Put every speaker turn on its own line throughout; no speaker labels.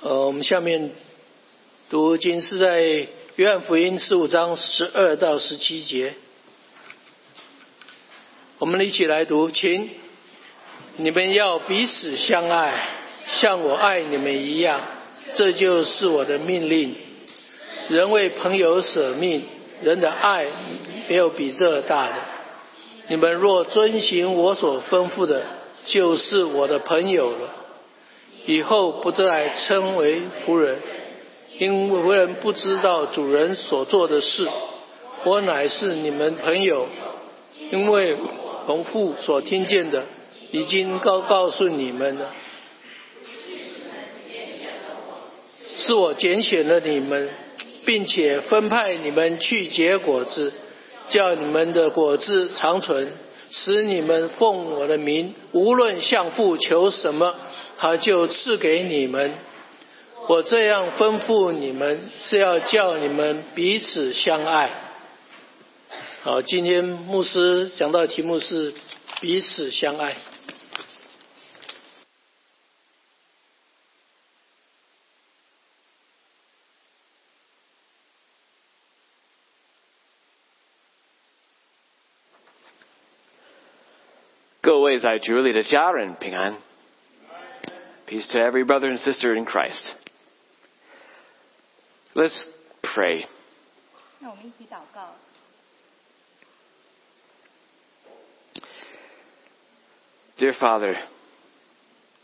呃，我们下面读经是在约翰福音十五章十二到十七节，我们一起来读，请你们要彼此相爱，像我爱你们一样，这就是我的命令。人为朋友舍命，人的爱没有比这大的。你们若遵行我所吩咐的，就是我的朋友了。以后不再称为仆人，因为仆人不知道主人所做的事。我乃是你们朋友，因为从父所听见的，已经告告诉你们了。是我拣选了你们，并且分派你们去结果子，叫你们的果子长存，使你们奉我的名，无论向父求什么。他就赐给你们。我这样吩咐你们，是要叫你们彼此相爱。好，今天牧师讲到的题目是彼此相爱。
各位在主里的家人平安。Peace to every brother and sister in Christ. Let's pray.
让我们一起祷告。
Dear Father,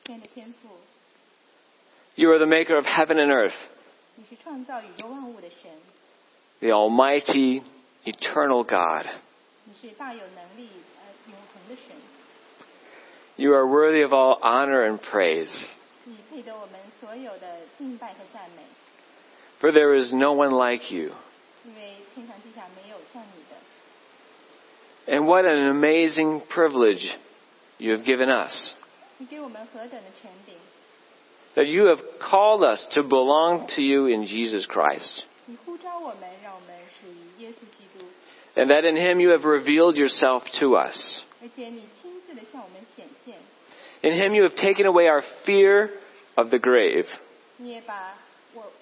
亲爱的天父，
you are the maker of heaven and earth,
你是创造宇宙万物的神，
the almighty, eternal God.
你是大有能力呃永恒的神，
You are worthy of all honor and praise,
你配得我们所有的敬拜和赞美，
for there is no one like you.
因为天上地下没有像你的。
And what an amazing privilege you have given us,
你给我们何等的权柄！
that you have called us to belong to you in Jesus Christ,
你呼召我们，让我们属于耶稣基督，
and that in him you have revealed yourself to us.
而且你亲自的向我们显现，
In him you have taken away our fear of the grave,
你也把我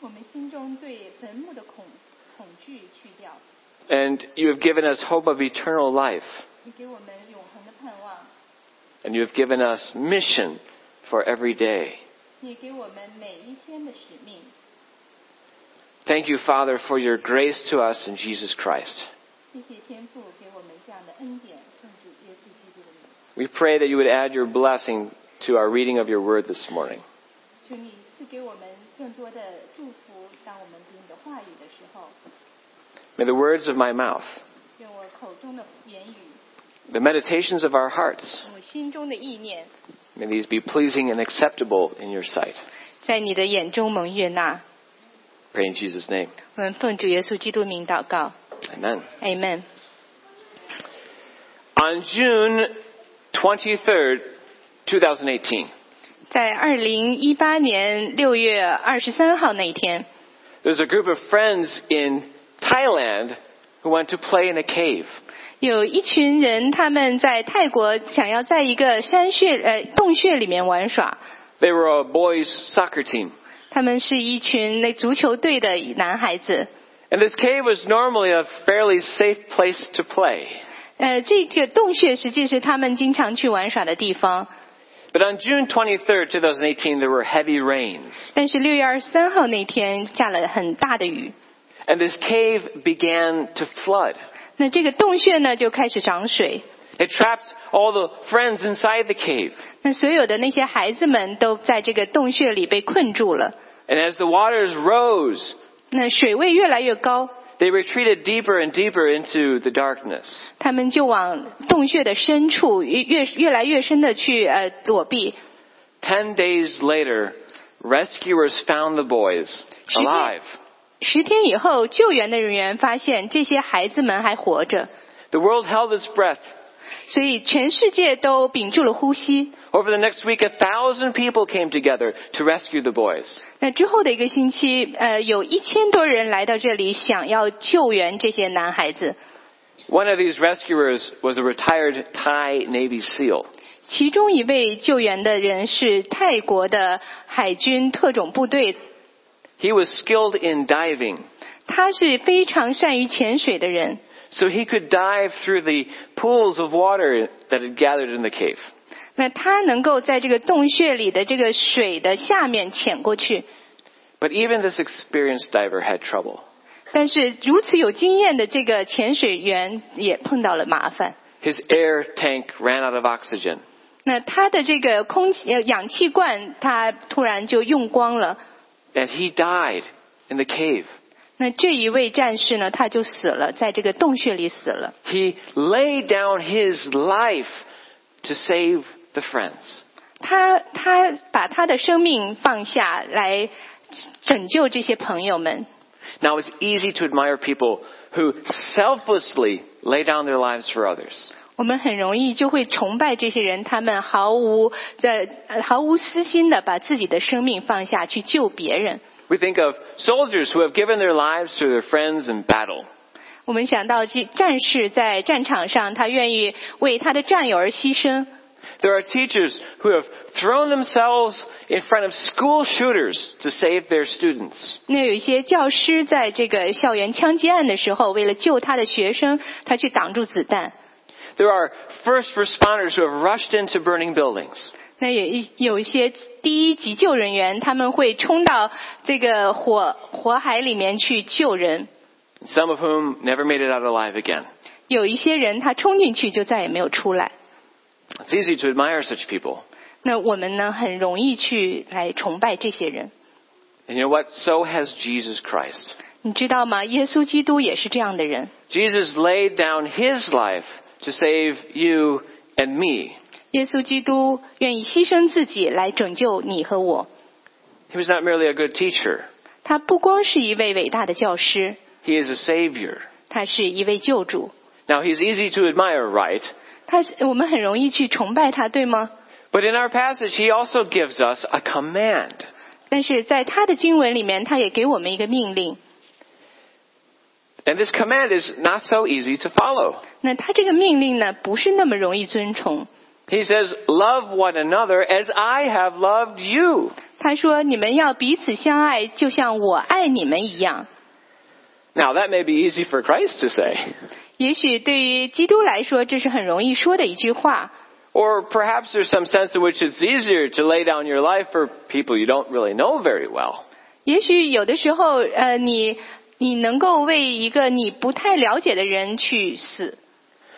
我们心中对坟墓的恐恐惧去掉，
and you have given us hope of eternal life,
你给我们永恒的盼望，
and you have given us mission for every day.
你也给我们每一天的使命。
Thank you, Father, for your grace to us in Jesus Christ.
谢谢天父给我们这样的恩典，奉主耶稣基督的名，
We pray that you would add your blessing to our reading of your word this morning.
求你赐给我们更多的祝福。当我们读你的话语的时候，
May the words of my mouth,
用我口中的言语，
the meditations of our hearts,
用我心中的意念，
may these be pleasing and acceptable in your sight.
在你的眼中蒙悦纳。
Pray in Jesus' name.
我们奉主耶稣基督名祷告
Amen.
，Amen。
On June 23rd, 2018,
在二零一八年六月二十三号那一天，
There's a group of friends in Thailand who want to play in a cave.
有一群人他们在泰国想要在一个山穴呃洞穴里面玩耍。
They were a boys' soccer team.
他们是一群那足球队的男孩子。
And this cave was normally a fairly safe place to play.
呃，这个洞穴实际是他们经常去玩耍的地方。
But on June 23rd, 2018, there were heavy rains.
但是六月二十三号那天下了很大的雨，
And this cave began to flood.
那这个洞穴呢就开始涨水，
It trapped all the friends inside the cave.
那所有的那些孩子们都在这个洞穴里被困住了。
And as the waters rose,
那水位越来越高，
they retreated deeper and deeper into the darkness.
他们就往洞穴的深处越越越来越深的去呃躲避。
Ten days later, rescuers found the boys
She did.
alive.
十天以后，救援的人员发现这些孩子们还活着，
The world held its breath.
所以全世界都屏住了呼吸。
Over the next week, a thousand people came together to rescue the boys.
那之后的一个星期，呃，有一千多人来到这里，想要救援这些男孩子。
One of these rescuers was a retired Thai Navy SEAL.
其中一位救援的人是泰国的海军特种部队，
He was skilled in diving,
他是非常善于潜水的人，
so he could dive through the pools of water that had gathered in the cave.
那他能够在这个洞穴里的这个水的下面潜过去。
But even this experienced diver had trouble.
但是如此有经验的这个潜水员也碰到了麻烦。
His air tank ran out of oxygen.
那他的这个空气呃氧气罐，他突然就用光了。
and he died in the cave.
那这一位战士呢，他就死了，在这个洞穴里死了。
He laid down his life to save the friends.
他他把他的生命放下来拯救这些朋友们。
Now it's easy to admire people who selflessly lay down their lives for others.
我们很容易就会崇拜这些人，他们毫无在呃毫无私心的把自己的生命放下去救别人。
We think of soldiers who have given their lives to their friends in battle.
我们想到这战士在战场上，他愿意为他的战友而牺牲。
There are teachers who have thrown themselves in front of school shooters to save their students.
那有一些教师在这个校园枪击案的时候，为了救他的学生，他去挡住子弹。
There are first responders who have rushed into burning buildings.
那有一有一些第一急救人员，他们会冲到这个火火海里面去救人。
Some of whom never made it out alive again.
有一些人他冲进去就再也没有出来。
It's easy to admire such people.
那我们呢，很容易去来崇拜这些人，
And you know what? So has Jesus Christ.
你知道吗？耶稣基督也是这样的人。
Jesus laid down his life to save you and me.
耶稣基督愿意牺牲自己来拯救你和我。
He was not merely a good teacher,
他不光是一位伟大的教师，
he is a savior.
他是一位救主。
Now, he's easy to admire, right?
他是我们很容易去崇拜他，对吗？
But in our passage, he also gives us a command.
但是在他的经文里面，他也给我们一个命令。
And this command is not so easy to follow.
那他这个命令呢，不是那么容易遵从。
He says, Love one another as I have loved you.
他说：“你们要彼此相爱，就像我爱你们一样。
Now, that may be easy for Christ to say. ”
也许对于基督来说，这是很容易说的一句话。
Or perhaps there's some sense in which it's easier to lay down your life for people you don't really know very well.
也许有的时候，呃，你你能够为一个你不太了解的人去死，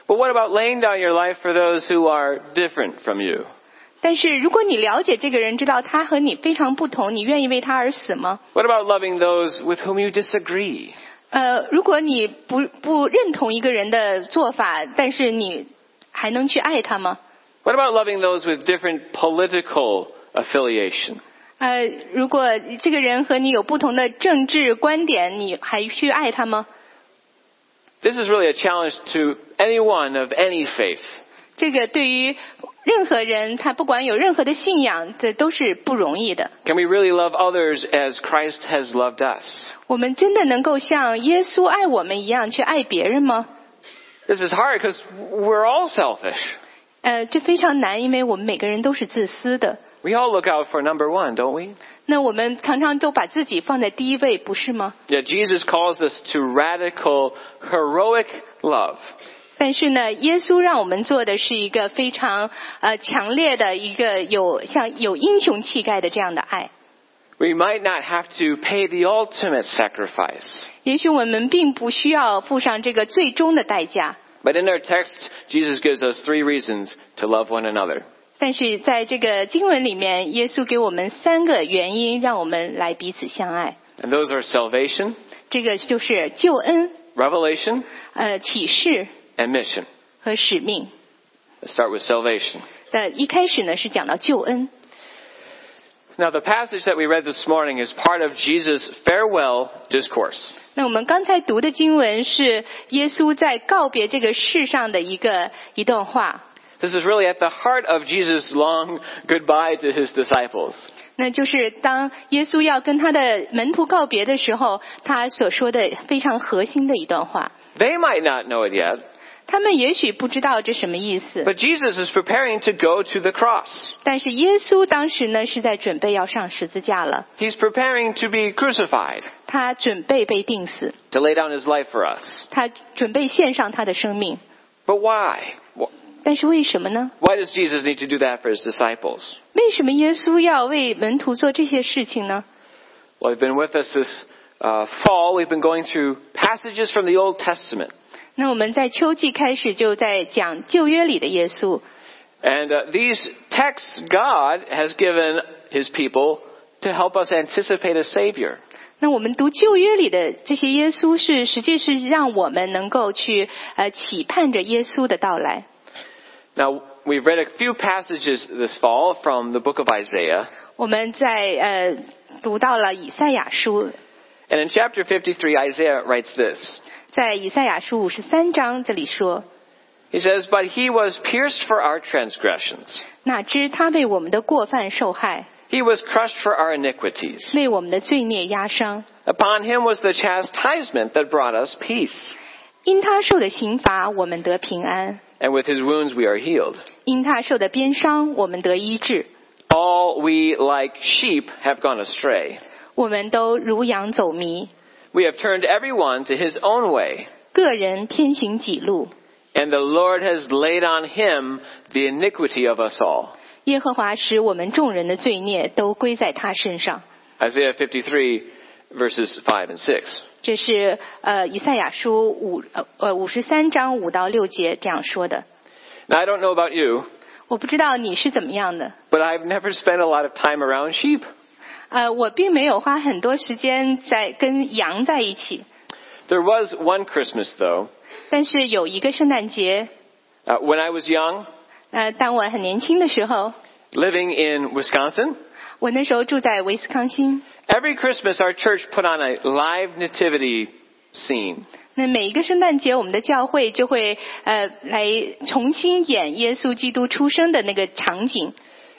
But what about laying down your life for those who are different from you?
但是如果你了解这个人，知道他和你非常不同，你愿意为他而死吗？
What about loving those with whom you disagree?
呃，如果你不不认同一个人的做法，但是你还能去爱他吗？
What about loving those with different political affiliation?
呃，如果这个人和你有不同的政治观点，你还去爱他吗？
This is really a challenge to anyone of any faith.
这个对于任何人，他不管有任何的信仰，这都是不容易的。
Can we really love others as Christ has loved us?
我们真的能够像耶稣爱我们一样去爱别人吗？
This is hard because we're all selfish.
呃，这非常难，因为我们每个人都是自私的。
We all look out for number one, don't we?
那我们常常都把自己放在第一位，不是吗？
Yeah, Jesus calls us to radical, heroic love.
但是呢，耶稣让我们做的是一个非常呃强烈的一个有像有英雄气概的这样的爱。
We might not have to pay the ultimate sacrifice.
也许我们并不需要付上这个最终的代价，
But in our text, Jesus gives us three reasons to love one another.
但是在这个经文里面，耶稣给我们三个原因，让我们来彼此相爱。
And those are salvation,
这个就是救恩、
revelation,
呃启示
and mission.
和使命。
Let's start with salvation.
呃，一开始呢是讲到救恩。
Now, the passage that we read this morning is part of Jesus' farewell discourse.
那我们刚才读的经文是耶稣在告别这个世上的一个一段话。
This is really at the heart of Jesus' long goodbye to his disciples.
那就是当耶稣要跟他的门徒告别的时候，他所说的非常核心的一段话。
They might not know it yet,
他们也许不知道这什么意思，
But Jesus is preparing to go to the cross.
但是耶稣当时呢是在准备要上十字架了，
He's preparing to be crucified,
他准备被钉死，
to lay down his life for us.
他准备献上他的生命。
But why? Wh-
但是为什么呢？
Why does Jesus need to do that for his disciples?
为什么耶稣要为门徒做这些事情呢？
Well, you've been with us this uh, fall. We've been going through passages from the Old Testament.
那我们在秋季开始就在讲旧约里的耶稣，
And uh, these texts God has given his people to help us anticipate a Savior.
那我们读旧约里的这些耶稣是，实际是让我们能够去呃期盼着耶稣的到来。
Now, we've read a few passages this fall from the book of Isaiah.
我们在呃读到了以赛亚书，
And in chapter 53, Isaiah writes this.
在以赛亚书五十三章这里说：“
He says, But he was pierced for our transgressions.
哪知他为我们的过犯受害，
He was crushed for our iniquities.
为我们的罪孽压伤。
Upon him was the chastisement that brought us peace.
因他受的刑罚，我们得平安；
And with his wounds we are healed.
因他受的鞭伤，我们得医治。
All we like sheep have gone astray.
我们都如羊走迷，
We have turned everyone to his own way.
个人偏行己路。
And the Lord has laid on him the iniquity of us all.
耶和华使我们众人的罪孽都归在他身上。”
Isaiah 53 verses 5 and 6.
这是呃以赛亚书五呃呃五十三章五到六节这样说的。
Now I don't know about you,
我不知道你是怎么样的，
but I've never spent a lot of time around sheep.
呃，我并没有花很多时间在跟羊在一起，
There was one Christmas though,
但是有一个圣诞节，
uh, when I was young,
呃，当我很年轻的时候，
living in Wisconsin.
我那时候住在威斯康星，
Every Christmas our church put on a live nativity scene.
那每一个圣诞节，我们的教会就会呃来重新演耶稣基督出生的那个场景，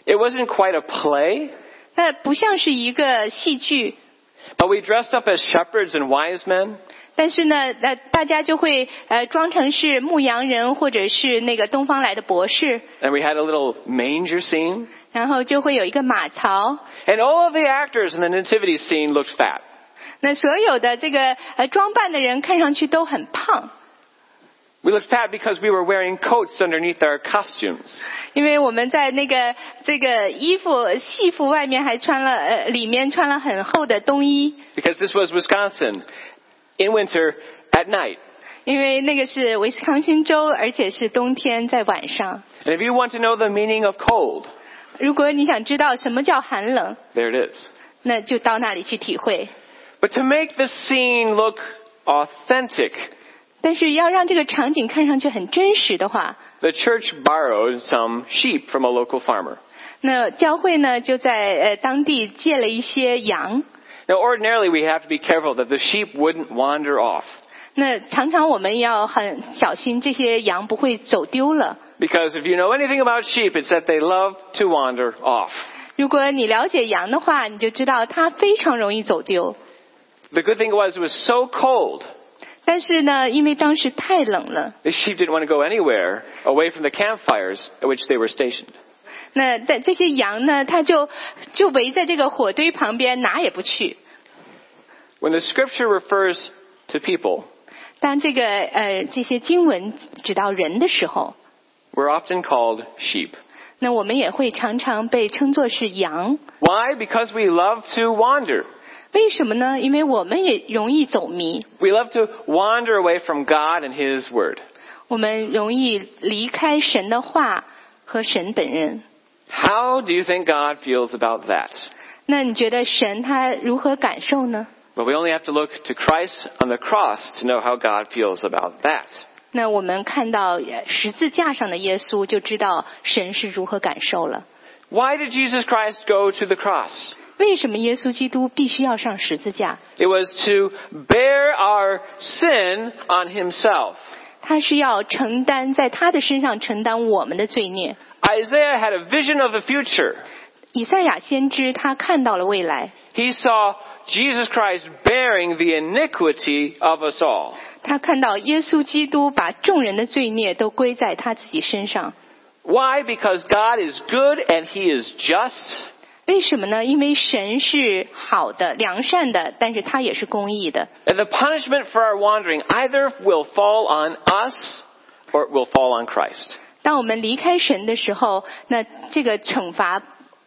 It wasn't quite a play,
那不像是一个戏剧，
but we dressed up as shepherds and wise men.
但是呢，呃，大家就会呃装成是牧羊人或者是那个东方来的博士，
And we had a little manger scene.
然后就会有一个马槽。
And all of the actors in the nativity scene looked fat.
那所有的这个呃装扮的人看上去都很胖，
We looked fat because we were wearing coats underneath our costumes.
因为我们在那个这个衣服戏服外面还穿了呃里面穿了很厚的冬衣，
Because this was Wisconsin in winter at night.
因为那个是威斯康星州，而且是冬天在晚上。
And if you want to know the meaning of cold,
如果你想知道什么叫寒冷，
there it is.
那就到那里去体会。
But to make the scene look authentic,
但是要让这个场景看上去很真实的话，
the church borrowed some sheep from a local farmer.
那教会呢就在呃当地借了一些羊。
Now, ordinarily, we have to be careful that the sheep wouldn't wander off.
那常常我们要很小心，这些羊不会走丢了。
Because if you know anything about sheep, it's that they love to wander off.
如果你了解羊的话，你就知道它非常容易走丢。
The good thing was it was so cold,
但是呢，因为当时太冷了，
the sheep didn't want to go anywhere away from the campfires at which they were stationed.
那但这些羊呢，它就就围在这个火堆旁边，哪也不去。
When the scripture refers to people,
当这个呃这些经文指到人的时候，
we're often called sheep.
那我们也会常常被称作是羊。
Why? Because we love to wander.
为什么呢？因为我们也容易走迷，
We love to wander away from God and His Word.
我们容易离开神的话和神本人。
How do you think God feels about that?
那你觉得神他如何感受呢？
Well, we only have to look to Christ on the cross to know how God feels about that.
那我们看到呃十字架上的耶稣，就知道神是如何感受了。
Why did Jesus Christ go to the cross?
为什么耶稣基督必须要上十字架？
It was to bear our sin on himself.
他是要承担在他的身上承担我们的罪孽。
Isaiah had a vision of the future.
以赛亚先知他看到了未来，
He saw Jesus Christ bearing the iniquity of us all.
他看到耶稣基督把众人的罪孽都归在他自己身上，
Why? Because God is good and He is just.
为什么呢？因为神是好的、良善的，但是他也是公义的。
And the punishment for our wandering either will fall on us or it will fall on Christ.
当我们离开神的时候，那这个惩罚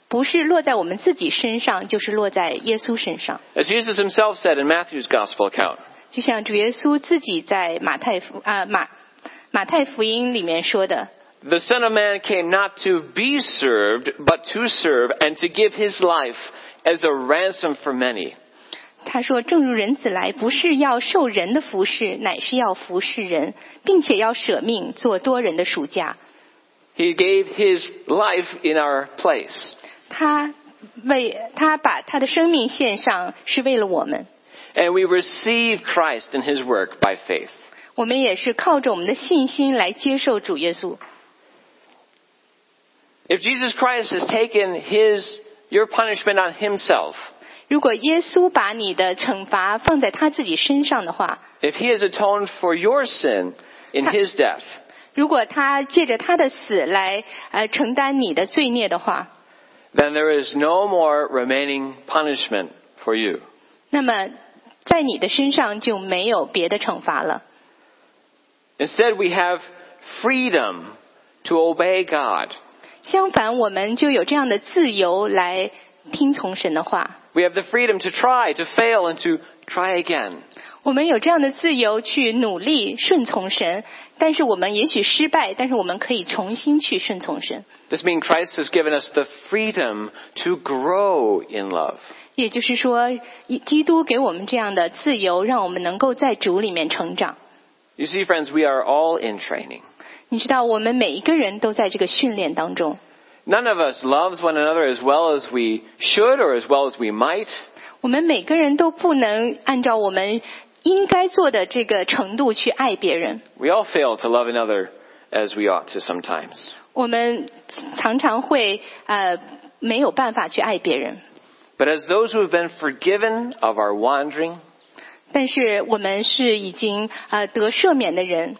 不是落在我们自己身上，就是落在耶稣身上。
As Jesus himself said in Matthew's gospel account,
就像主耶稣自己在马太福啊、马马太福音里面说的
the Son of Man came not to be served, but to serve and to give his life as a ransom for many.：“
他说，正如人子来，不是要受人的服侍，乃是要服侍人，并且要舍命做多人的暑假。
He gave his life in our place.
他为他把他的生命献上，是为了我们。
And we receive Christ and his work by faith.
我们也是靠着我们的信心来接受主耶稣。
If Jesus Christ has taken his, your punishment on himself,
如果耶稣把你的惩罚放在他自己身上的话，
if he has atoned for your sin in his death,
如果他借着他的死来呃承担你的罪孽的话，
then there is no more remaining punishment for you.
那么在你的身上就没有别的惩罚了。
Instead, we have freedom to obey God.
相反，我们就有这样的自由来听从神的话，
We have the freedom to try, to fail, and to try again.
我们有这样的自由去努力顺从神，但是我们也许失败，但是我们可以重新去顺从神。
This means Christ has given us the freedom to grow in love.
也就是说，一基督给我们这样的自由，让我们能够在主里面成长。
You see, friends, we are all in training.
你知道，我们每一个人都在这个训练当中，
None of us loves one another as well as we should or as well as we might.
我们每个人都不能按照我们应该做的这个程度去爱别人。
We all fail to love another as we ought to sometimes.
我们常常会呃没有办法去爱别人，
But as those who have been forgiven of our wandering,
但是我们是已经呃得赦免的人，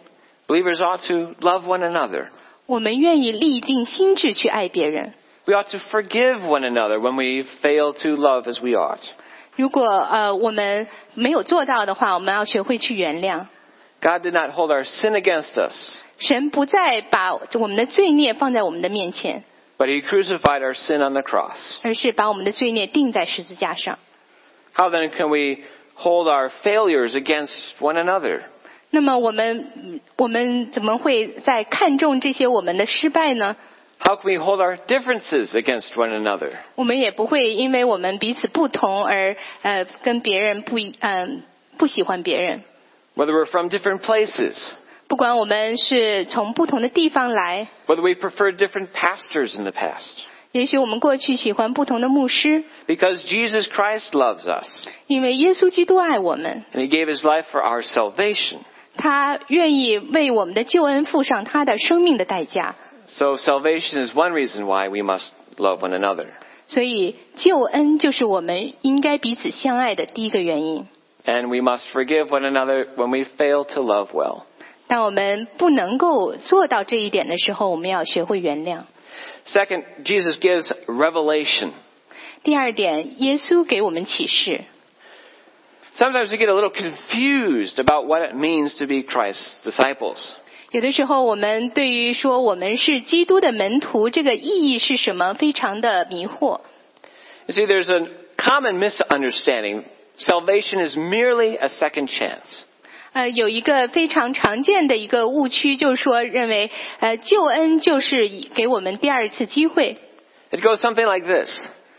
believers ought to love one another.
我们愿意立定心智去爱别人。
We ought to forgive one another when we fail to love as we ought.
如果呃我们没有做到的话，我们要学会去原谅。
God did not hold our sin against us,
神不再把我们的罪孽放在我们的面前，
but He crucified our sin on the cross.
而是把我们的罪孽钉在十字架上。
How then can we hold our failures against one another?
那么我们嗯我们怎么会在看重这些我们的失败呢？
How can we hold our differences against one another?
我们也不会因为我们彼此不同而呃跟别人不一嗯、不喜欢别人。
Whether we're from different places,
不管我们是从不同的地方来，
whether we preferred different pastors in the past.
也许我们过去喜欢不同的牧师，
Because Jesus Christ loves us,
因为耶稣基督爱我们，
and He gave His life for our salvation.
他愿意为我们的救恩付上他的生命的代价。
So salvation is one reason why we must love one another.
所以救恩就是我们应该彼此相爱的第一个原因。
And we must forgive one another when we fail to love well.
当我们不能够做到这一点的时候，我们要学会原谅。
Second, Jesus gives revelation.
第二点，耶稣给我们启示。
Sometimes we get a little confused about what it means to be Christ's disciples.
有的时候，我们对于说我们是基督的门徒这个意义是什么，非常的迷惑。
You see, there's a common misunderstanding. Salvation is merely a second chance.
呃，有一个非常常见的一个误区，就是说认为呃救恩就是给我们第二次机会。
It goes something like this.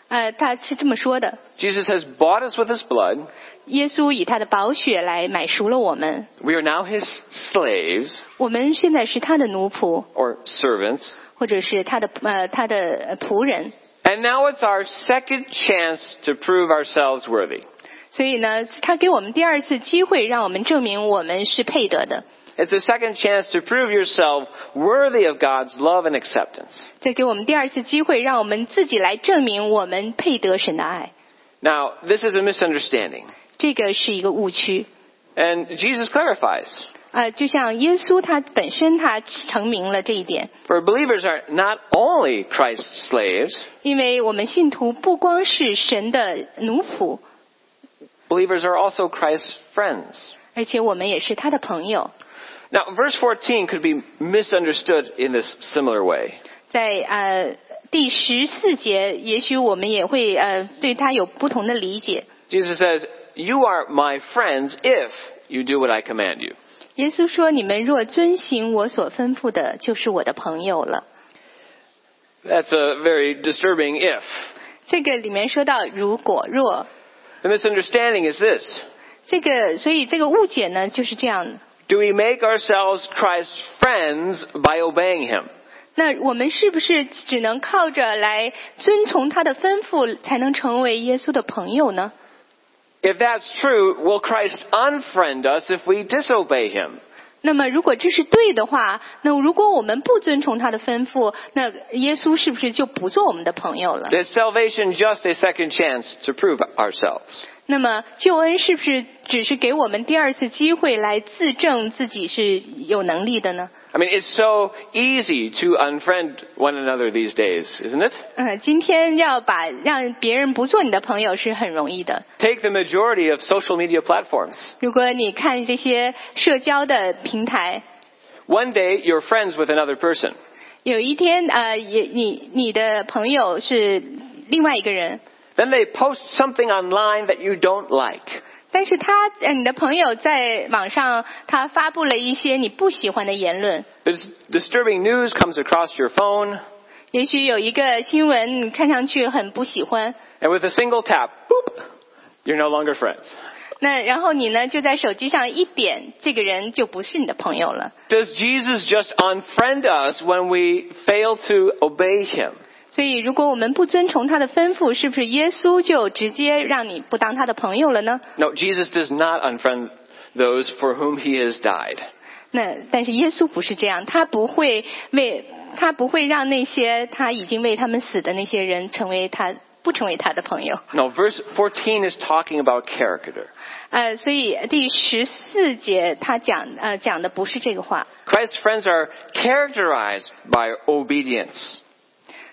呃，他是这么说的：
Jesus has bought us with his blood.
耶稣以他的宝血来买赎了我们，
We are now his slaves
我们现在是他的奴仆，
or servants.
或者是他的呃他的呃仆人。
And now it's our second chance to prove ourselves worthy.
所以呢，他给我们第二次机会，让我们证明我们是配得的。
It's a second chance to prove yourself worthy of God's love and acceptance.
再给我们第二次机会，让我们自己来证明我们配得神的爱。
Now, this is a misunderstanding.
这个是一个误区。
And Jesus clarifies.
呃，就像耶稣他本身他成名了这一点，
For believers are not only Christ's slaves,
因为我们信徒不光是神的奴仆，
believers are also Christ's friends.
而且我们也是他的朋友。
Now, verse 14 could be misunderstood in this similar way.
在呃第十四节，也许我们也会呃对他有不同的理解。
Jesus says, You are my friends if you do what I command you.
耶稣说：“你们若遵行我所吩咐的，就是我的朋友了。
That's a very disturbing if. ”
这个里面说到如果若，
The misunderstanding is this
这个所以这个误解呢就是这样的。
Do we make ourselves Christ's friends by obeying him?
那我们是不是只能靠着来遵从他的吩咐，才能成为耶稣的朋友呢？
If that's true, will Christ unfriend us if we disobey him?
那么，如果这是对的话，那如果我们不遵从他的吩咐，那耶稣是不是就不做我们的朋友了？
Is salvation just a second chance to prove ourselves?
那么，救恩是不是只是给我们第二次机会来自证自己是有能力的呢？
I mean, it's so easy to unfriend one another these days, isn't it?
嗯，今天要把让别人不做你的朋友是很容易的。
Take the majority of social media platforms.
如果你看这些社交的平台，
One day, you're friends with another person.
有一天呃，也你你的朋友是另外一个人，
Then they post something online that you don't like.
但是他呃你的朋友在网上他发布了一些你不喜欢的言论。
This disturbing news comes across your phone,
也许有一个新闻你看上去很不喜欢，
and with a single tap, boop, you're no longer friends.
那然后你呢就在手机上一点，这个人就不是你的朋友了。
Does Jesus just unfriend us when we fail to obey him?
所以，如果我们不遵从他的吩咐，是不是耶稣就直接让你不当他的朋友了呢？
No, Jesus does not unfriend those for whom he has died.
那但是耶稣不是这样，他不会为他不会让那些他已经为他们死的那些人成为他不成为他的朋友。
No, verse 14 is talking about character.
呃，所以第十四节他讲呃讲的不是这个话，
Christ's friends are characterized by obedience.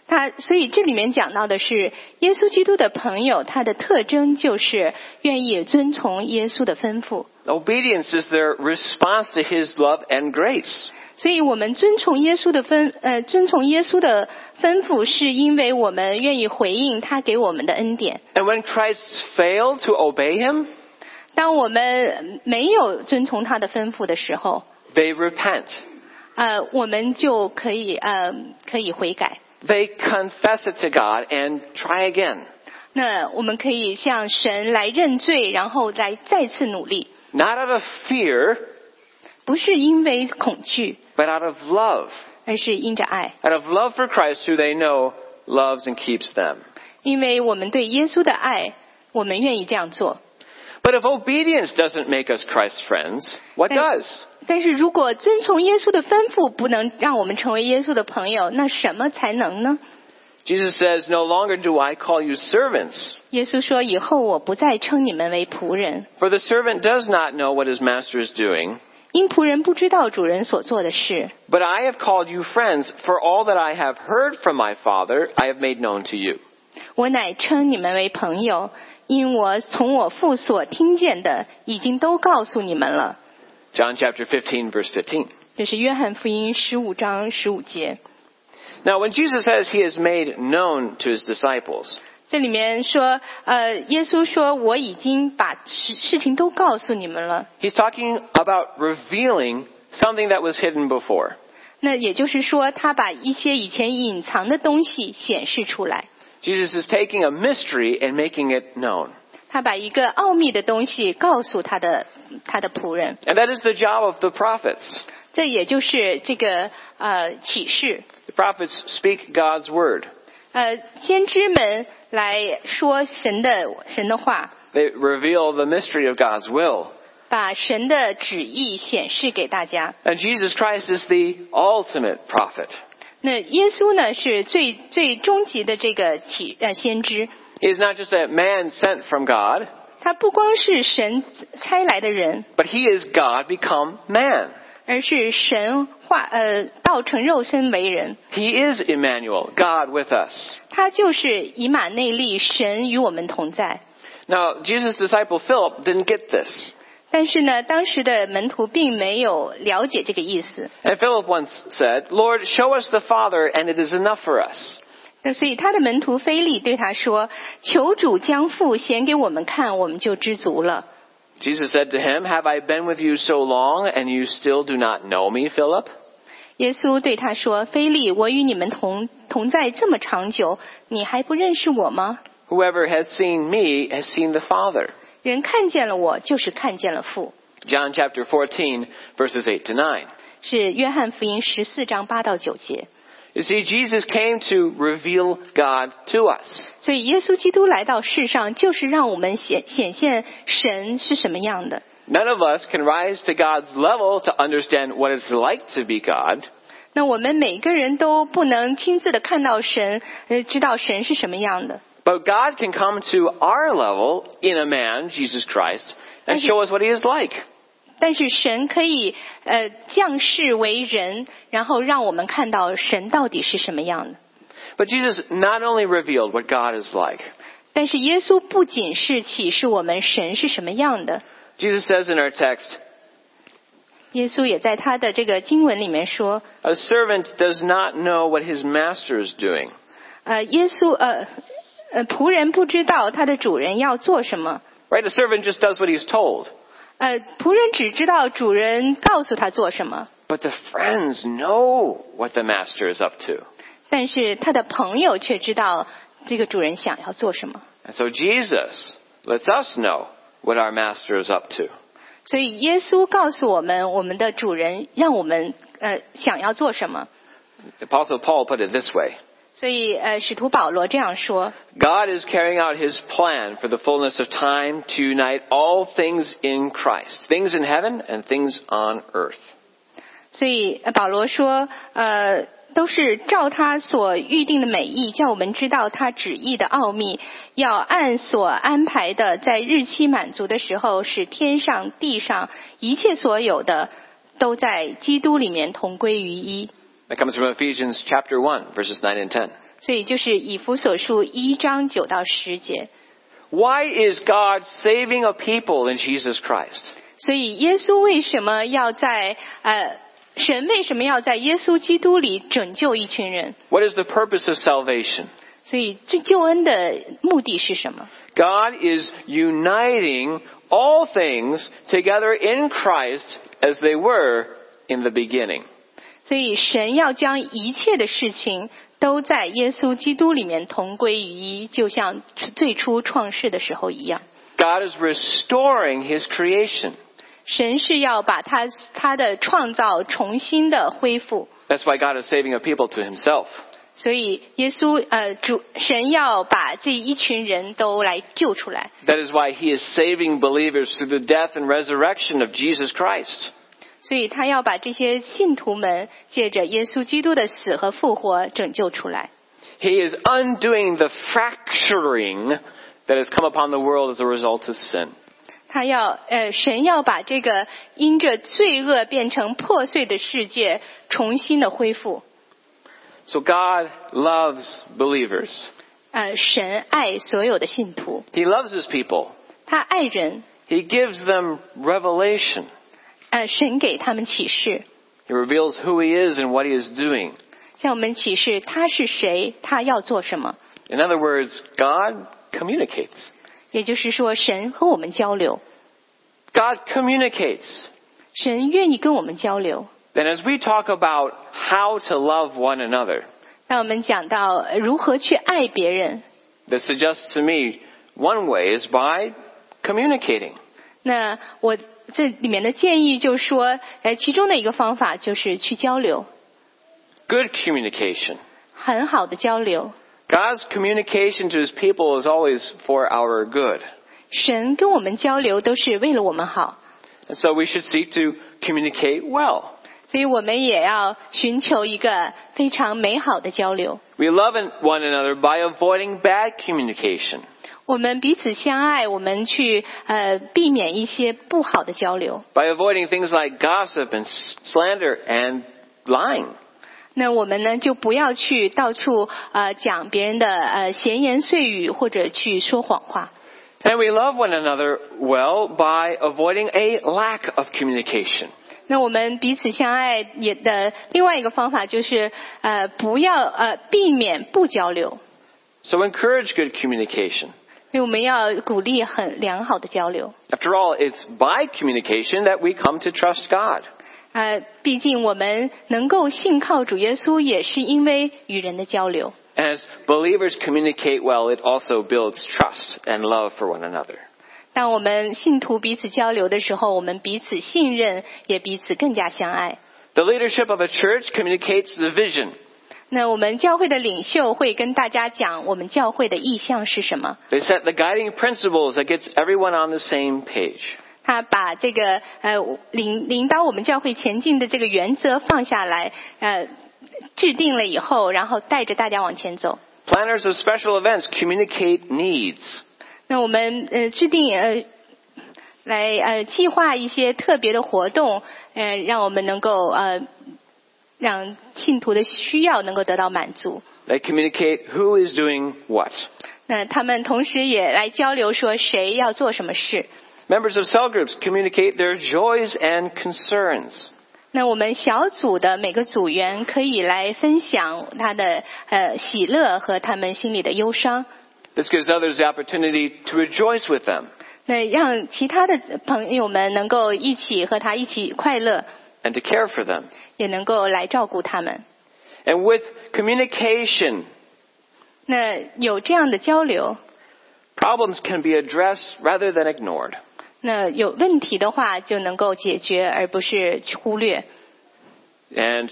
他所以这里面讲到的是耶稣基督的朋友，他的特征就是愿意遵从耶稣的吩咐。
Obedience is their response to his love and grace.
所以我们遵从耶稣的吩呃遵从耶稣的吩咐，是因为我们愿意回应他给我们的恩典。
And when Christ failed to obey him,
当我们没有遵从他的吩咐的时候，
they repent.
呃，我们就可以呃可以悔改。
They confess it to God and try again.
那我们可以向神来认罪，然后来再次努力，
Not out of fear,
不是因为恐惧，
but out of love.
而是因着爱，
Out of love for Christ, who they know loves and keeps them.
因为我们对耶稣的爱，我们愿意这样做。
But if obedience doesn't make us Christ's friends, what
Thank-
does?
但是如果遵从耶稣的吩咐不能让我们成为耶稣的朋友，那什么才能呢？
Jesus says, No longer do I call you servants,
耶稣说：“以后我不再称你们为仆人，
for the servant does not know what his master is doing.
因仆人不知道主人所做的事。”
But I have called you friends, for all that I have heard from my Father, I have made known to you.
我乃称你们为朋友，因我从我父所听见的，已经都告诉你们了。
John chapter 15, verse 15.
这是约翰福音十五章十五节。
Now, when Jesus says he has made known to his disciples,
这里面说，呃，耶稣说我已经把事事情都告诉你们了。
he's talking about revealing something that was hidden before.
那也就是说，他把一些以前隐藏的东西显示出来，
Jesus is taking a mystery and making it known.
他把一个奥秘的东西告诉他的他的仆人。
And that is the job of the prophets.
这也就是这个呃启示，
The prophets speak God's word.
呃，先知们来说神的神的话，
They reveal the mystery of God's will.
把神的旨意显示给大家。
And Jesus Christ is the ultimate prophet.
那耶稣呢，是最最终极的这个启呃先知，
He is not just a man sent from God,
他不光是神差来的人，
but he is God become man.
而是神化呃道成肉身为人，
He is Emmanuel, God with us.
他就是以马内利，神与我们同在。
Now, Jesus' disciple Philip didn't get this.
但是呢，当时的门徒并没有了解这个意思，
And Philip once said, Lord, show us the Father, and it is enough for us.
那所以他的门徒菲利对他说：“求主将父显给我们看，我们就知足了。
Jesus said to him, Have I been with you so long, and you still do not know me, Philip? ”
耶稣对他说：“菲利，我与你们同同在这么长久，你还不认识我吗？
Whoever has seen me has seen the Father.
人看见了我，就是看见了父。
John chapter 14, verses 8 to 9. ”
是约翰福音十四章八到九节。
You see, Jesus came to reveal God to us.
所以，耶稣基督来到世上，就是让我们显显现神是什么样的。
None of us can rise to God's level to understand what it's like to be God,
那我们每个人都不能亲自的看到神，呃，知道神是什么样的。
but God can come to our level in a man, Jesus Christ, and
Thank you.
show us what he is like.
但是神可以呃降世为人，然后让我们看到神到底是什么样的。
But Jesus not only revealed what God is like,
但是耶稣不仅是启示我们神是什么样的，
Jesus says in our text,
耶稣也在他的这个经文里面说，
A servant does not know what his master is doing.
呃，耶稣呃呃仆人不知道他的主人要做什么，
Right? A servant just does what he's told.
呃，仆人只知道主人告诉他做什么，
But the friends know what the master is up to.
但是他的朋友却知道这个主人想要做什么。
And so Jesus lets us know what our master is up to.
所以耶稣告诉我们，我们的主人让我们呃想要做什么。
The Apostle Paul put it this way
所以呃，使徒保罗这样说：
God is carrying out his plan for the fullness of time to unite all things in Christ, things in heaven and things on earth.
所以呃保罗说，呃，都是照他所预定的美意，叫我们知道他旨意的奥秘，要按所安排的，在日期满足的时候，使天上、地上一切所有的，都在基督里面同归于一。
That comes from Ephesians chapter 1, verses 9 and 10.
所以就是以弗所述一章九到十节。
Why is God saving a people in Jesus Christ?
所以耶稣为什么要在呃神为什么要在耶稣基督里拯救一群人？
What is the purpose of salvation?
所以这救恩的目的是什么？
God is uniting all things together in Christ as they were in the beginning.
所以神要将一切的事情都在耶稣基督里面同归于一，就像最初创世的时候一样。
God is restoring his creation.
神是要把他他的创造重新的恢复，
That's why God is saving a people to himself.
所以耶稣呃主神要把这一群人都来救出来。
That is why he is saving believers through the death and resurrection of Jesus Christ.
所以他要把这些信徒们借着耶稣基督的死和复活拯救出来。
He is undoing the fracturing that has come upon the world as a result of sin.
他要呃，神要把这个因着罪恶变成破碎的世界重新的恢复。
So God loves believers.
呃，神爱所有的信徒，
He loves his people.
他爱人，
He gives them revelation.
呃，神给他们启示，
He reveals who he is and what he is doing.
向我们启示他是谁，他要做什么。
In other words, God communicates.
也就是说，神和我们交流，
God communicates.
神愿意跟我们交流。
Then as we talk about how to love one another,
当我们讲到呃如何去爱别人，
this suggests to me one way is by communicating.
那我这里面的建议就是说，呃，其中的一个方法就是去交流，
Good communication.
很好的交流。
God's communication to his people is always for our good.
神跟我们交流都是为了我们好，
And so we should seek to communicate well.
所以我们也要寻求一个非常美好的交流。
We love one another by avoiding bad communication.
我们彼此相爱，我们去呃避免一些不好的交流。
by avoiding things like gossip and s- slander and lying.
那我们呢就不要去到处呃讲别人的呃闲言碎语或者去说谎话。
And we love one another well by avoiding a lack of communication.
那我们彼此相爱也的另外一个方法就是呃不要呃避免不交流，
So encourage good communication.
因为我们要鼓励很良好的交流。
After all, it's by communication that we come to trust God.
呃，毕竟我们能够信靠主耶稣，也是因为与人的交流。
As believers communicate well, it also builds trust and love for one another.
当我们信徒彼此交流的时候，我们彼此信任，也彼此更加相爱。
The leadership of a church communicates the vision.
那我们教会的领袖会跟大家讲我们教会的意向是什么，
They set the guiding principles that gets everyone on the same page.
他把这个呃领领导我们教会前进的这个原则放下来，呃，制定了以后，然后带着大家往前走。
Planners of special events communicate needs.
那我们呃制定呃来呃计划一些特别的活动，呃，让我们能够呃让信徒的需要能够得到满足。
They communicate who is doing what.
那他们同时也来交流说谁要做什么事。
Members of cell groups communicate their joys and concerns.
那我们小组的每个组员可以来分享他的呃喜乐和他们心里的忧伤，
This gives others the opportunity to rejoice with them
那让其他的朋友们能够一起和他一起快乐，
and to care for them.
也能够来照顾他们。
And with communication,
那有这样的交流，
problems can be addressed rather than ignored.
那有问题的话就能够解决，而不是去忽略。
And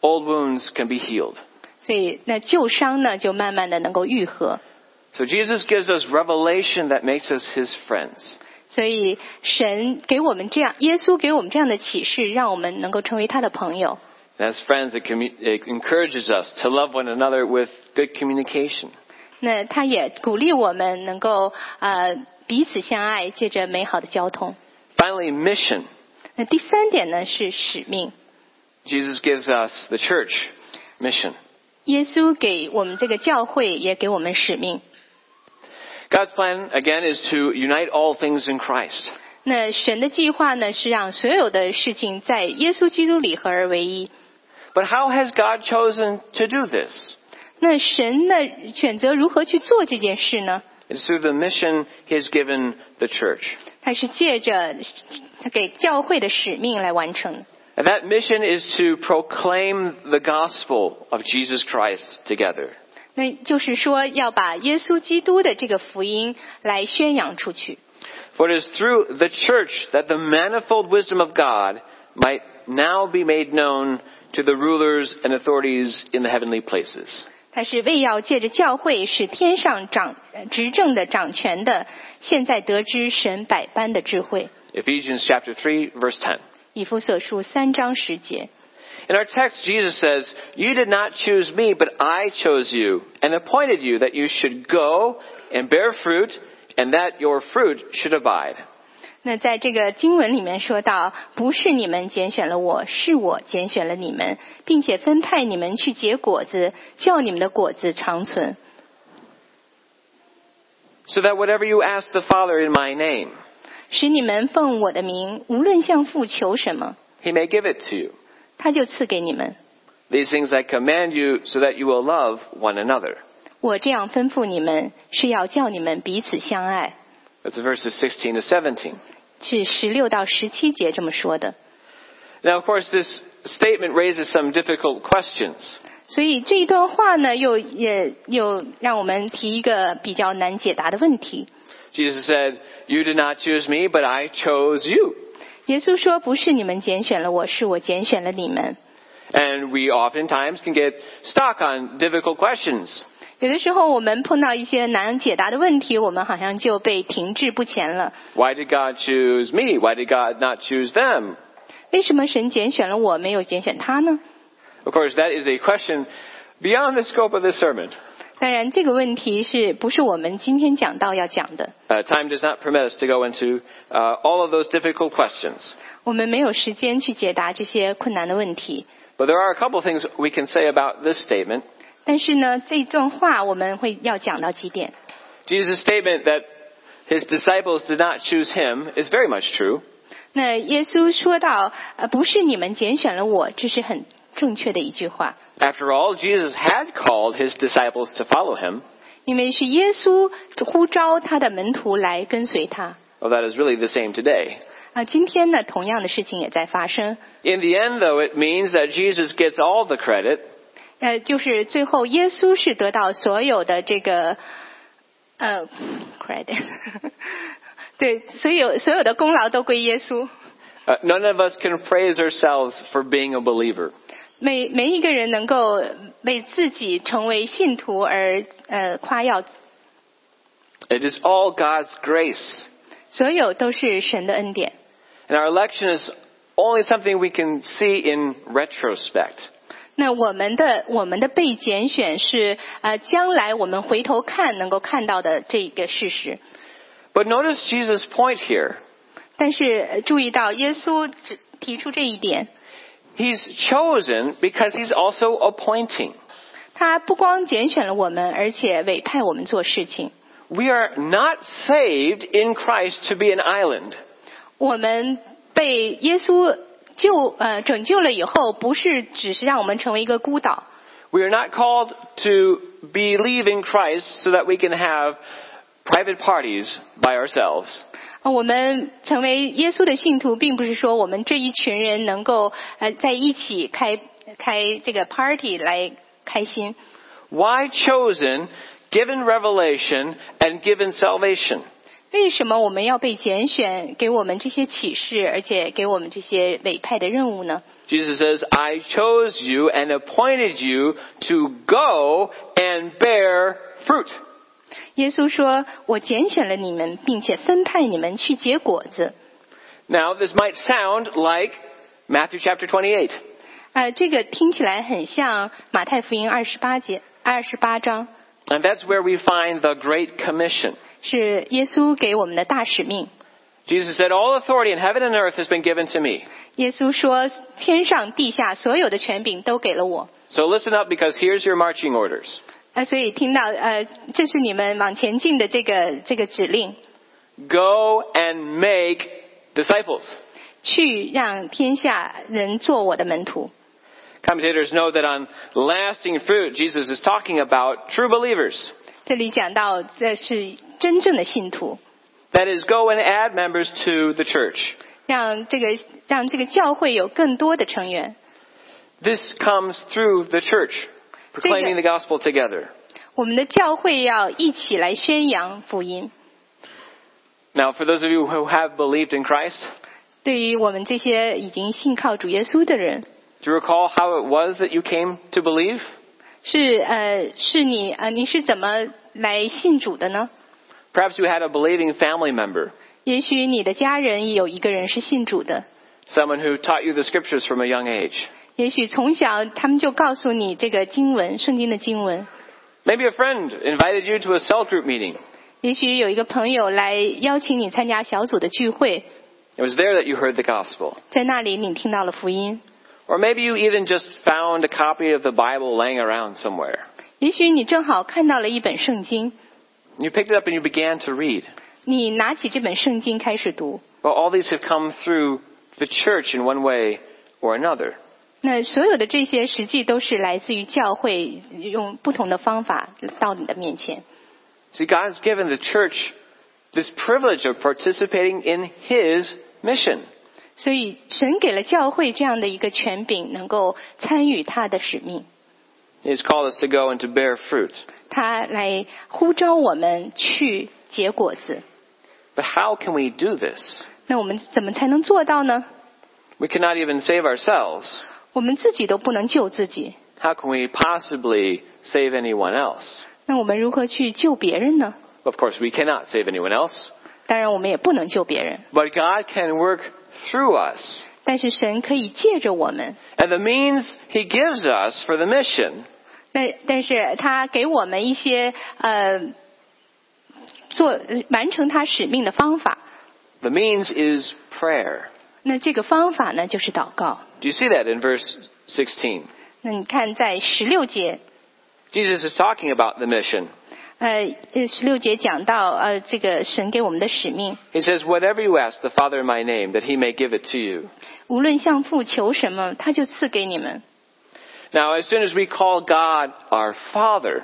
old wounds can be healed.
所以，那旧伤呢，就慢慢的能够愈合。
So Jesus gives us revelation that makes us his friends.
所以，神给我们这样，耶稣给我们这样的启示，让我们能够成为他的朋友。
And as friends, it, commu- it encourages us to love one another with good communication.
那他也鼓励我们能够呃彼此相爱，借着美好的交通。
Finally, mission.
那第三点呢是使命。
Jesus gives us the church mission.
耶稣给我们这个教会，也给我们使命。
God's plan, again, is to unite all things in Christ.
那神的计划呢，是让所有的事情在耶稣基督里合而为一。
But how has God chosen to do this?
那神呢，选择如何去做这件事呢？
It's through the mission He has given the church.
他是借着他给教会的使命来完成。
And that mission is to proclaim the gospel of Jesus Christ together.
那就是说，要把耶稣基督的这个福音来宣扬出去。
For it is through the church that the manifold wisdom of God might now be made known to the rulers and authorities in the heavenly places.
他是为要借着教会使天上掌呃执政的掌权的，现在得知神百般的智慧。
Ephesians chapter 3 verse 10.
以弗所书三章十节。
In our text, Jesus says, You did not choose me, but I chose you and appointed you that you should go and bear fruit and that your fruit should abide.
那在这个经文里面说到，不是你们拣选了我，是我拣选了你们，并且分派你们去结果子，叫你们的果子长存。
So that whatever you ask the Father in my name,
使你们奉我的名，无论向父求什么，
he may give it to you.
他就赐给你们。
These things I command you so that you will love one another.
我这样吩咐你们，是要叫你们彼此相爱。
That's verses 16 to 17.
是十六到十七节这么说的。
Now, of course, this statement raises some difficult questions.
所以这一段话呢，又也又让我们提一个比较难解答的问题。
Jesus said, You did not choose me, but I chose you.
耶稣说：“不是你们拣选了我，是我拣选了你们。
And we oftentimes can get stuck on difficult questions. ”
有的时候我们碰到一些难解答的问题，我们好像就被停滞不前了。
Why did God choose me? Why did God not choose them?
为什么神拣选了我，没有拣选他呢？
Of course, that is a question beyond the scope of this sermon.
当然，这个问题是不是我们今天讲到要讲的？
Uh, time does not permit us to go into uh, all of those difficult questions.
我们没有时间去解答这些困难的问题。
But there are a couple of things we can say about this statement.
但是呢，这段话我们会要讲到几点。
Jesus' statement that his disciples did not choose him is very much true.
那耶稣说到：“呃，不是你们拣选了我，这是很正确的一句话，
After all, Jesus had called his disciples to follow him.
因为是耶稣呼召他的门徒来跟随他。
Well, that is really the same today.
啊，今天呢，同样的事情也在发生。
In the end, though, it means that Jesus gets all the credit
呃，就是最后耶稣是得到所有的这个呃 credit，对，所有所有的功劳都归耶稣。
Uh, none of us can praise ourselves for being a believer.
每每一个人能够为自己成为信徒而呃夸耀，
It is all God's grace.
所有都是神的恩典。
And our election is only something we can see in retrospect.
那我们的我们的被拣选是呃将来我们回头看能够看到的这个事实。
But notice Jesus' point here.
但是呃注意到耶稣只提出这一点，
He's chosen because he's also appointing.
他不光拣选了我们，而且委派我们做事情。
We are not saved in Christ to be an island.
我们被耶稣救呃拯救了以后，不是只是让我们成为一个孤岛，
We are not called to believe in Christ so that we can have private parties by ourselves.
呃我们成为耶稣的信徒，并不是说我们这一群人能够呃在一起开开这个 party 来开心。
Why chosen, given revelation, and given salvation?
为什么我们要被拣选，给我们这些启示，而且给我们这些委派的任务呢？
Jesus says, I chose you and appointed you to go and bear fruit.
耶稣说：“我拣选了你们，并且分派你们去结果子。
Now, this might sound like Matthew chapter 28. ”
呃，这个听起来很像马太福音二十八节二十八章，
And that's where we find the Great Commission.
是耶稣给我们的大使命。
Jesus said, All authority in heaven and earth has been given to me.
耶稣说：“天上地下所有的权柄都给了我。
So listen up because here's your marching orders. ”
呃，所以听到呃，这是你们往前进的这个这个指令，
Go and make disciples.
去让天下人做我的门徒。
Commentators know that on lasting fruit, Jesus is talking about true believers.
这里讲到，这是真正的信徒，
That is, go and add members to the church.
让这个让这个教会有更多的成员。
This comes through the church, proclaiming the gospel together.
我们的教会要一起来宣扬福音。
Now, for those of you who have believed in Christ,
对于我们这些已经信靠主耶稣的人，
do you recall how it was that you came to believe?
是呃，是你呃，你是怎么来信主的呢？
Perhaps you had a believing family member,
也许你的家人有一个人是信主的，
someone who taught you the scriptures from a young age.
也许从小他们就告诉你这个经文，圣经的经文。
Maybe a friend invited you to a cell group meeting.
也许有一个朋友来邀请你参加小组的聚会，
It was there that you heard the gospel.
在那里你听到了福音。
Or maybe you even just found a copy of the Bible laying around somewhere.
也许你正好看到了一本圣经，
You picked it up and you began to read.
你拿起这本圣经开始读。
Well, all these have come through the church in one way or another.
那所有的这些实际都是来自于教会用不同的方法到你的面前。
See, God's given the church this privilege of participating in His mission.
所以神给了教会这样的一个权柄，能够参与他的使命。
He's called us to go and to bear fruit.
他来呼召我们去结果子。
But how can we do this?
那我们怎么才能做到呢？
We cannot even save ourselves.
我们自己都不能救自己，
How can we possibly save anyone else?
那我们如何去救别人呢？
Of course, we cannot save anyone else.
当然，我们也不能救别人，
But God can work through us.
但是神可以借着我们，
And the means He gives us for the mission
那但是他给我们一些呃做完成他使命的方法。
The means is prayer.
那这个方法呢，就是祷告。
Do you see that in verse 16?
那你看，在十六节，
Jesus is talking about the mission.
呃，十六节讲到呃，这个神给我们的使命，
He says, Whatever you ask the Father in my name, that he may give it to you.
无论向父求什么，他就赐给你们。
Now, as soon as we call God our Father,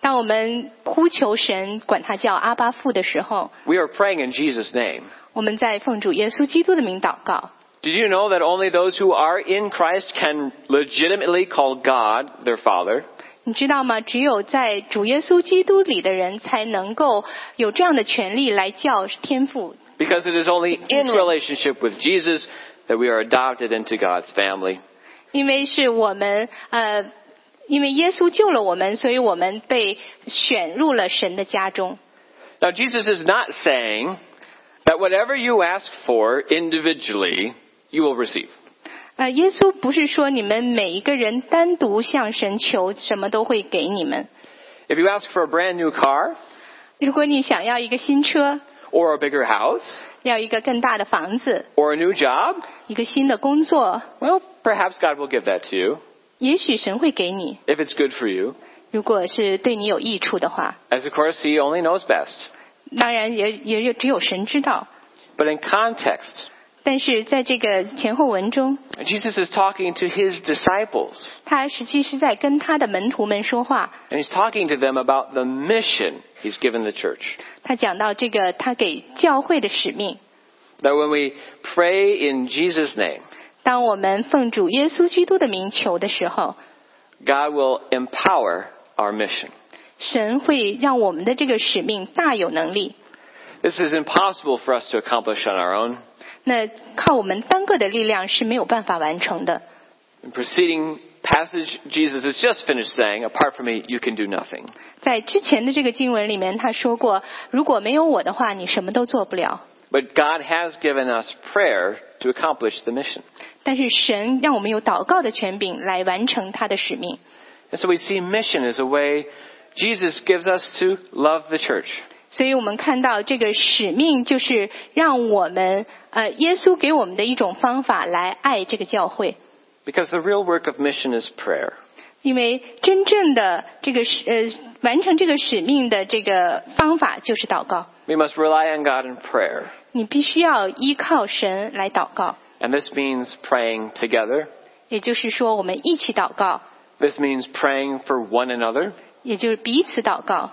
当我们呼求神，管他叫阿巴父的时候，
we are praying in Jesus' name.
我们在奉主耶稣基督的名祷告。
Did you know that only those who are in Christ can legitimately call God their Father?
你知道吗？只有在主耶稣基督里的人，才能够有这样的权利来叫天父
Because it is only in relationship with Jesus that we are adopted into God's family.
因为是我们呃，因为耶稣救了我们，所以我们被选入了神的家中。
Now, Jesus is not saying that whatever you ask for individually, you will receive.
呃，耶稣不是说你们每一个人单独向神求，什么都会给你们。
If you ask for a brand new car
如果你想要一个新车，
or a bigger house
要一个更大的房子，
or a new job,
一个新的工作，
well, perhaps God will give that to you
也许神会给你。
if it's good for you.
如果是对你有益处的话，
As of course, He only knows best.
当然也也有只有神知道。
But in context,
但是在这个前后文中，
Jesus is talking to His disciples.
他实际是在跟他的门徒们说话。
And he's talking to them about the mission he's given the church.
他讲到这个他给教会的使命。
That when we pray in Jesus' name,
当我们奉主耶稣基督的名求的时候，
God will empower our mission.
神会让我们的这个使命大有能力。
This is impossible for us to accomplish on our own.
那靠我们单个的力量是没有办法完成的。
In preceding passage, Jesus has just finished saying, apart from me, you can do nothing.
在之前的这个经文里面，他说过，如果没有我的话，你什么都做不了。
But God has given us prayer to accomplish the mission.
但是神让我们有祷告的权柄来完成他的使命。
And so we see mission as a way Jesus gives us to love the church.
所以我们看到这个使命就是让我们呃，耶稣给我们的一种方法来爱这个教会。
Because the real work of mission is prayer.
因为真正的这个使呃完成这个使命的这个方法就是祷告，
We must rely on God in prayer.
你必须要依靠神来祷告，
And this means praying together.
也就是说我们一起祷告，
This means praying for one another.
也就是彼此祷告。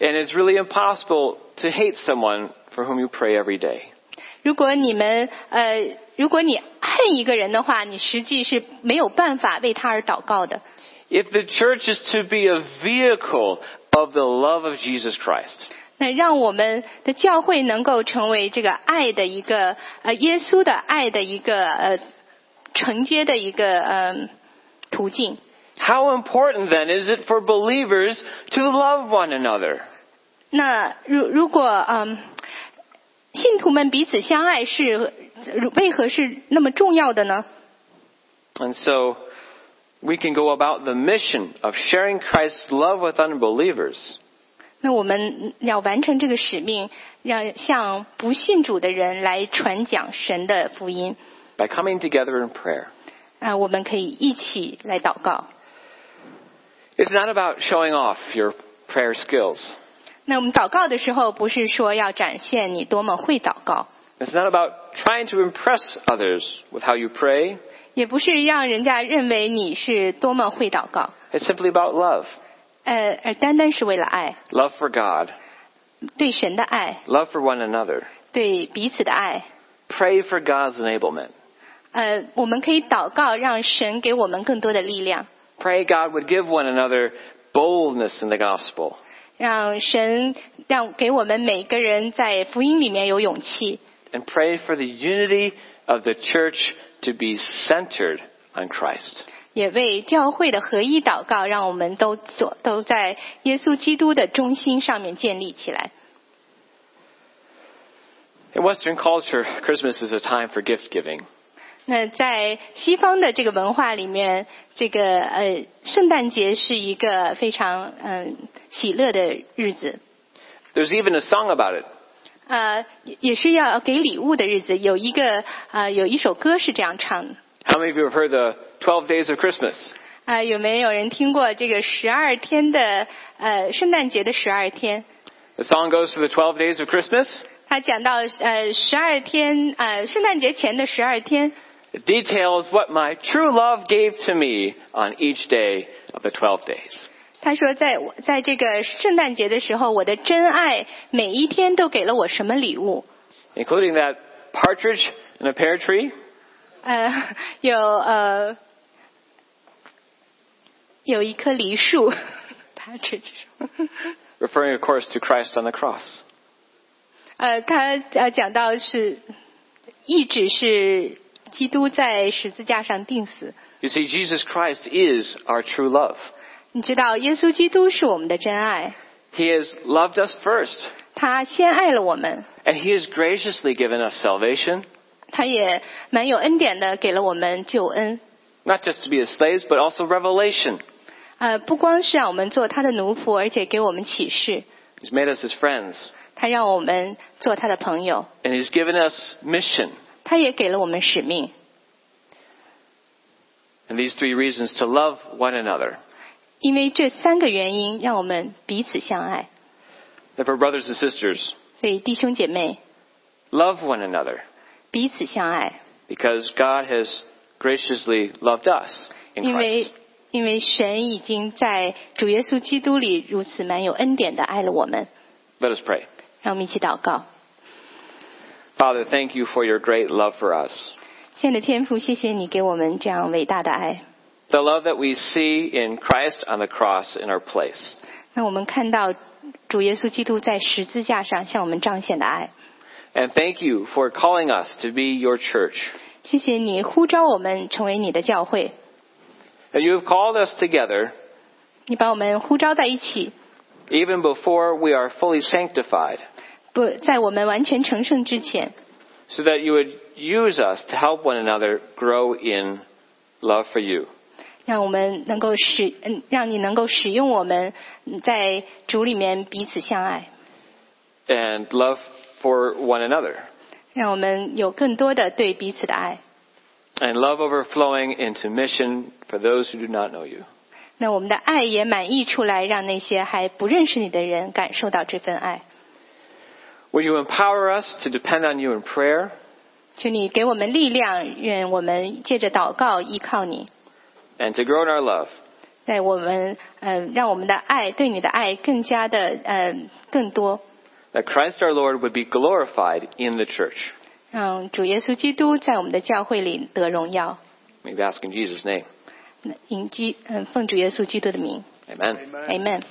And it's really impossible to hate someone for whom you pray every day.
如果你们呃，如果你恨一个人的话，你实际是没有办法为他而祷告的。
If the church is to be a vehicle of the love of Jesus Christ,
那让我们的教会能够成为这个爱的一个呃耶稣的爱的一个呃承接的一个呃途径。
how important then is it for believers to love one another?
那如如果嗯，信徒们彼此相爱是如为何是那么重要的呢？
And so we can go about the mission of sharing Christ's love with unbelievers
那我们要完成这个使命，要向不信主的人来传讲神的福音
by coming together in prayer.
啊、我们可以一起来祷告。
It's not about showing off your prayer skills.
那我们祷告的时候，不是说要展现你多么会祷告，
It's not about trying to impress others with how you pray.
也不是让人家认为你是多么会祷告，
It's simply about love.
呃，而单单是为了爱，
Love for God.
对神的爱，
Love for one another.
对彼此的爱。
Pray for God's enablement.
呃，我们可以祷告，让神给我们更多的力量，
Pray God would give one another boldness in the gospel.
让神让给我们每个人在福音里面有勇气，
And pray for the unity of the church to be centered on Christ.
也为教会的合一祷告，让我们都做都在耶稣基督的中心上面建立起来。
In Western culture, Christmas is a time for gift giving.
那在西方的这个文化里面，这个呃，圣诞节是一个非常嗯、喜乐的日子，
There's even a song about it.
呃，也也是要给礼物的日子。有一个呃，有一首歌是这样唱的，
How many of you have heard the 12 Days of Christmas?
啊、有没有人听过这个十二天的呃圣诞节的十二天？
The song goes to the 12 Days of Christmas.
他讲到呃十二天呃圣诞节前的十二天，
It details what my true love gave to me on each day of the 12 days.
他说在我在这个圣诞节的时候，我的真爱每一天都给了我什么礼物？
including that partridge in a pear tree,
呃，有呃有一棵梨树，他这只手。
referring, of course, to Christ on the cross.
呃，他呃讲到是意指是基督在十字架上钉死。
You see, Jesus Christ is our true love.
你知道，耶稣基督是我们的真爱，
He has loved us first,
他先爱了我们，
and He has graciously given us salvation,
他也蛮有恩典的，给了我们救恩。
not just to be His slaves, but also revelation.
呃，不光是让我们做他的奴仆，而且给我们启示，
He's made us His friends,
他让我们做他的朋友，
and He's given us mission.
他也给了我们使命。
And these three reasons to love one another.
因为这三个原因，让我们彼此相爱。
Therefore, brothers and sisters,
所以，弟兄姐妹，
love one another,
彼此相爱，
because God has graciously loved us in
因
Christ.
为因为神已经在主耶稣基督里如此蛮有恩典的爱了我们。
Let us pray.
让我们一起祷告，
Father, thank you for your great love for us.
亲爱的天父，谢谢你给我们这样伟大的爱。
The love that we see in Christ on the cross in our place.
那我们看到主耶稣基督在十字架上向我们彰显的爱。
And thank you for calling us to be your church.
谢谢你呼召我们成为你的教会，
And you have called us together
你把我们呼召在一起，
even before we are fully sanctified,
不在我们完全成圣之前，
so that you would use us to help one another grow in love for you.
让我们能够使嗯，让你能够使用我们嗯在主里面彼此相爱，
And love for one another.
让我们有更多的对彼此的爱。
And love overflowing into mission for those who do not know you.
那我们的爱也满溢出来，让那些还不认识你的人感受到这份爱。
Will you empower us to depend on you in prayer?
求你给我们力量，愿我们借着祷告依靠你，
and to grow in our love.
在我们呃，让我们的爱对你的爱更加的呃更多。
That Christ our Lord would be glorified in the church.
让主耶稣基督在我们的教会里得荣耀。
We ask in Jesus' name.
那迎基嗯，奉主耶稣基督的名
Amen.
Amen.
，Amen。